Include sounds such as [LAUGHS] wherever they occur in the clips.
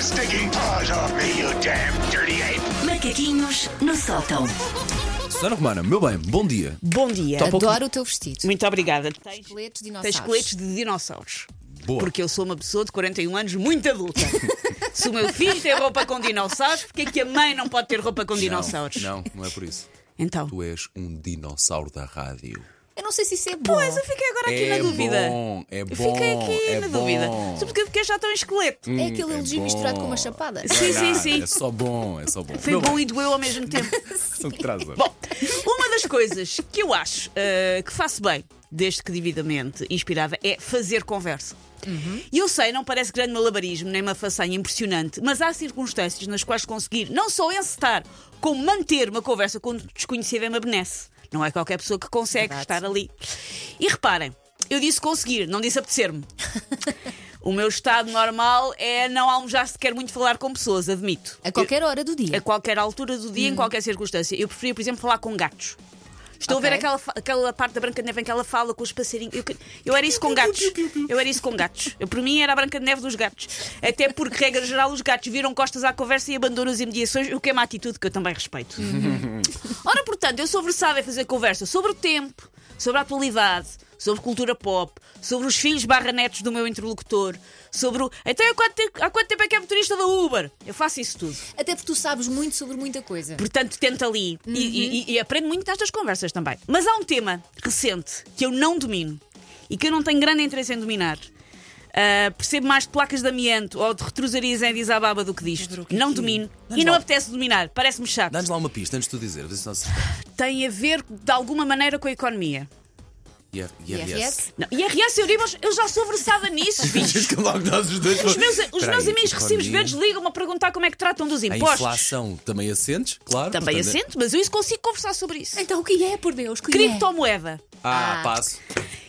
stinking paws off me, you damn dirty ape! Macaquinhos no sótão. Susana Romana, meu bem, bom dia. Bom dia. Top. pouco- Adoro o teu vestido. Muito obrigada. Tens, Esqueletos de tens dinossauros. coletes de dinossauros. Boa. Porque eu sou uma pessoa de 41 anos muito [LAUGHS] adulta. Se o meu filho tem roupa com dinossauros, porque é que a mãe não pode ter roupa com dinossauros? Não, não é por isso. Então. Tu és um dinossauro da rádio. Eu não sei se isso é bom. Pois, eu fiquei agora Tá aqui É na dúvida. bom, é Eu fiquei bom, aqui é na bom. Hum. dúvida. Só porque, porque já estão em esqueleto. É aquele elogio bom. misturado com uma chapada. Não é Sim, sim, nada, sim. É só bom, é só bom. Foi Meu bom bem, e doeu ao mesmo [LAUGHS] tempo. o que traz hoje? Bom, uma das coisas que eu acho eh, que faço bem, desde que devidamente inspirada, é fazer conversa. E eu sei, não parece grande malabarismo, nem uma façanha impressionante, mas há circunstâncias nas quais conseguir não só encetar, como manter uma conversa com um desconhecido é uma benesse. Não é qualquer pessoa que consegue Verdade. estar ali. E reparem, eu disse conseguir, não disse apetecer-me. o meu estado normal é não almejar sequer muito falar com pessoas, admito. A qualquer hora do A dia. Hum. qualquer altura do dia, em qualquer circunstância. Eu preferia, por exemplo, falar com gatos. Estou a ver Ok. aquela, fa- aquela parte da Branca de Neve em que ela fala com os passarinhos. Eu, que- eu era isso com gatos. Eu era isso com gatos. Eu, por mim era a Branca de Neve dos gatos. Até porque, regra geral, os gatos viram costas à conversa e abandonam as imediações, o que é uma atitude que eu também respeito. Uhum. Ora, portanto, eu sou versada em fazer conversa sobre o tempo, sobre a atualidade, sobre cultura pop, sobre os filhos barra netos do meu interlocutor, sobre o. Então, há quanto, tempo, há quanto tempo é que é motorista da Uber? Eu faço isso tudo. Até porque tu sabes muito sobre muita coisa. Portanto, tenta ali. Uhum. E- E, e- e aprendo muito nestas conversas também. Mas há um tema recente que eu não domino e que eu não tenho grande interesse em dominar. Ah, percebo mais de placas de amianto ou de retrosarias em Disababa do que disto. é Não domino e não apetece dominar. Parece-me chato. Dá-nos lá uma pista antes de tu dizer. vê se nós- Tem a ver de alguma maneira com a economia. IR- é IRS. IRS? Não. IRS Euribos, eu já sou versada nisso, bicho. [LAUGHS] Diz que logo nós os dois. Os meus, os Espera meus aí, amigos recibos economia, verdes ligam-me a perguntar como é que tratam dos A impostos. inflação também assentes, claro. Também portanto, assento, mas eu isso consigo conversar sobre isso. Então o que é, por Deus? Que é? Criptomoeda. Ah, Ah. passo.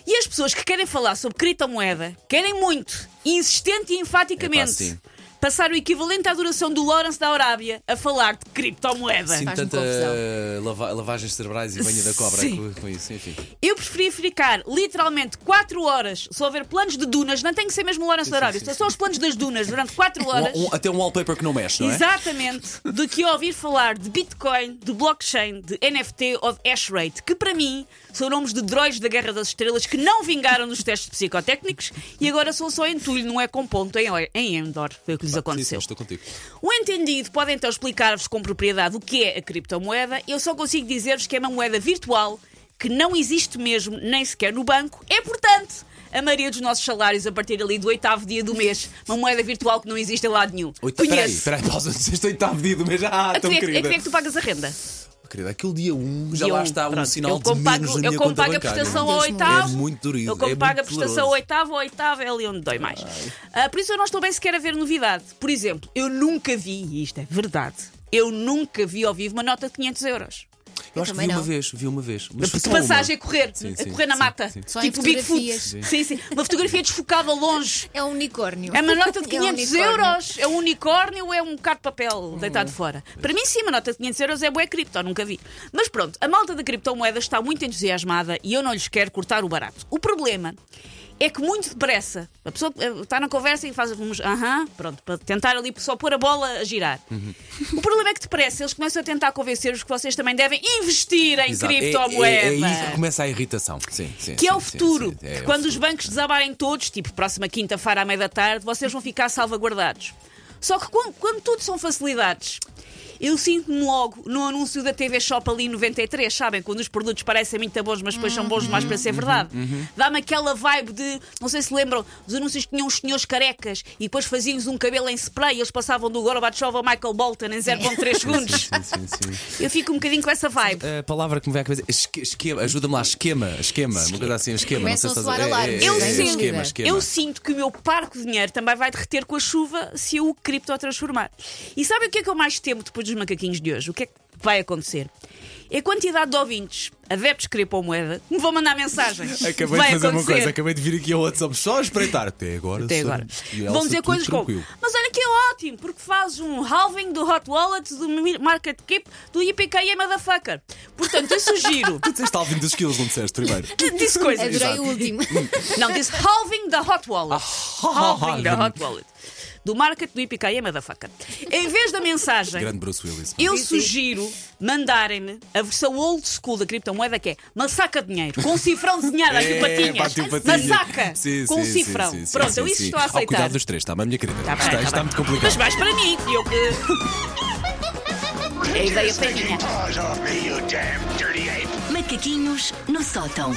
E as pessoas que querem falar sobre criptomoeda querem muito, insistente e Epá, enfaticamente, sim. passar o equivalente à duração do Lawrence da Arábia a falar de criptomoeda. Sinto Faz-me tanta eh, confusão. lava- lavagens cerebrais e banho da cobra é Sim. com, com isso, enfim. Eu preferia ficar literalmente 4 horas só a ver planos de dunas, não tem que ser mesmo o Lawrence da Arábia, são só os planos das dunas durante 4 horas. [LAUGHS] Um- um- até um wallpaper que não mexe, não é? Exatamente, do que ouvir falar de Bitcoin, de blockchain, de NFT ou de hash rate, que para mim são nomes de droids da Guerra das Estrelas que não vingaram nos testes psicotécnicos e agora são só entulho, não é com ponto, em, em Endor. Foi o que lhes Ah, Sim, sim, aconteceu. estou contigo. O entendido pode então explicar-vos com propriedade o que é a criptomoeda. Eu só consigo dizer-vos que é uma moeda virtual que não existe mesmo, nem sequer no banco. É, portanto, a maioria dos nossos salários a partir ali do oitavo dia do mês. Uma moeda virtual que não existe em lado nenhum. Oito, Conheço. peraí, peraí, pausa, [LAUGHS] disseste oitavo dia do mês. Ah, A tão que, dia- a querida. que dia que tu pagas a renda? Querida, aquele dia 1 um, já Dia lá um. está um Pronto. sinal eu de como pago- menos na eu minha como conta pago a bancária. prestação ao Deus me livre. oitavo. É muito dorido, Eu como é pago a muito prestação doloroso. ao oitavo, ao oitavo é ali onde dói mais. Ah, por isso eu não estou bem sequer a ver novidade. Por exemplo, eu nunca vi, e isto é verdade, eu nunca vi ao vivo uma nota de 500 euros. Eu acho que também vi uma não. vez, vi uma vez. Mas De só uma. passagem a correr, Sim, a sim, correr na sim, mata. sim. Só em tipo Bigfoot. fotografias. Sim. sim, Uma fotografia desfocada longe. É um unicórnio. É uma nota de [LAUGHS] É um 500 unicórnio. euros. É um unicórnio ou é um bocado de papel deitado Hum. fora? Para mim, sim, uma nota de 500 euros é boa cripto, nunca vi. Mas pronto, a malta da criptomoeda está muito entusiasmada e eu não lhes quero cortar o barato. O problema é que muito depressa, a pessoa eh, está na conversa e faz uns aham, pronto, para tentar ali só pôr a bola a girar. Uhum. O problema é que depressa eles começam a tentar convencer-vos que vocês também devem investir em Exato. É- criptomoeda. É, é aí que começa a irritação. Sim, sim, Que é sim, o sim, futuro. sim, é que o quando futuro. os bancos desabarem todos, tipo próxima quinta-feira à meia da tarde, vocês vão ficar salvaguardados. Só que quando, quando tudo são facilidades, eu sinto-me logo no anúncio da TV Shop ali em 93, sabem? Quando os produtos parecem muito bons, mas depois são bons demais para Uhum, ser verdade. Dá-me aquela vibe de, não sei se lembram, dos anúncios que tinham os senhores carecas e depois faziam-nos um cabelo em spray e eles passavam do Gorbachev ao Michael Bolton em 0,3 segundos. [LAUGHS] Sim, sim, sim. Eu fico um bocadinho com essa vibe. A palavra que me vem à cabeça. esque- Esquema, ajuda-me lá, esquema, esquema, uma coisa assim, esquema. Começam não sei se a soar estás- é- alarmes, é- Eu é- sinto- esquema, esquema. Eu sinto que o meu parco de dinheiro também vai derreter com a chuva se eu o cripto a transformar. E sabem o que é que eu mais temo depois dos macaquinhos de hoje? O que é que vai acontecer? É a quantidade de ouvintes, adeptos de criptomoeda, que me vão mandar [LAUGHS] mensagens. Acabei vai de fazer uma acontecer. coisa, acabei de vir aqui ao WhatsApp só a espreitar. Até agora. Até sou- agora. e Elsa, Vão dizer tudo coisas tranquilo. como: Mas olha que é ótimo, porque faz um halving do Hot Wallet, do Mi- Market Cap, do IPK e Motherfucker. Portanto, eu sugiro. [LAUGHS] Tu disseste alvin dos quilos, não disseste primeiro? Disse coisas. É [LAUGHS] Adorei o último. Não, disse halving the hot Ah, wallet. halving the hot wallet. do market do IPKM, motherfucker. Em vez da mensagem. Grande Bruce Willis. pá. Eu sim. sugiro mandarem-me a versão old school da criptomoeda que é massacra dinheiro, com um cifrão desenhado aqui É, patinhas. pá, tio Patinhas. Massacra Sim, com um sim, sim, cifrão. sim, sim, Pronto, sim, eu isso sim. estou a Ao aceitar. cuidado dos três, está bem, minha querida. Tá bem, está tá está bem. é muito Mas complicado. vais para mim, e eu que. Take ideia é your foi stinking minha. paws off me, you damn dirty ape! Macaquinhos no sótão.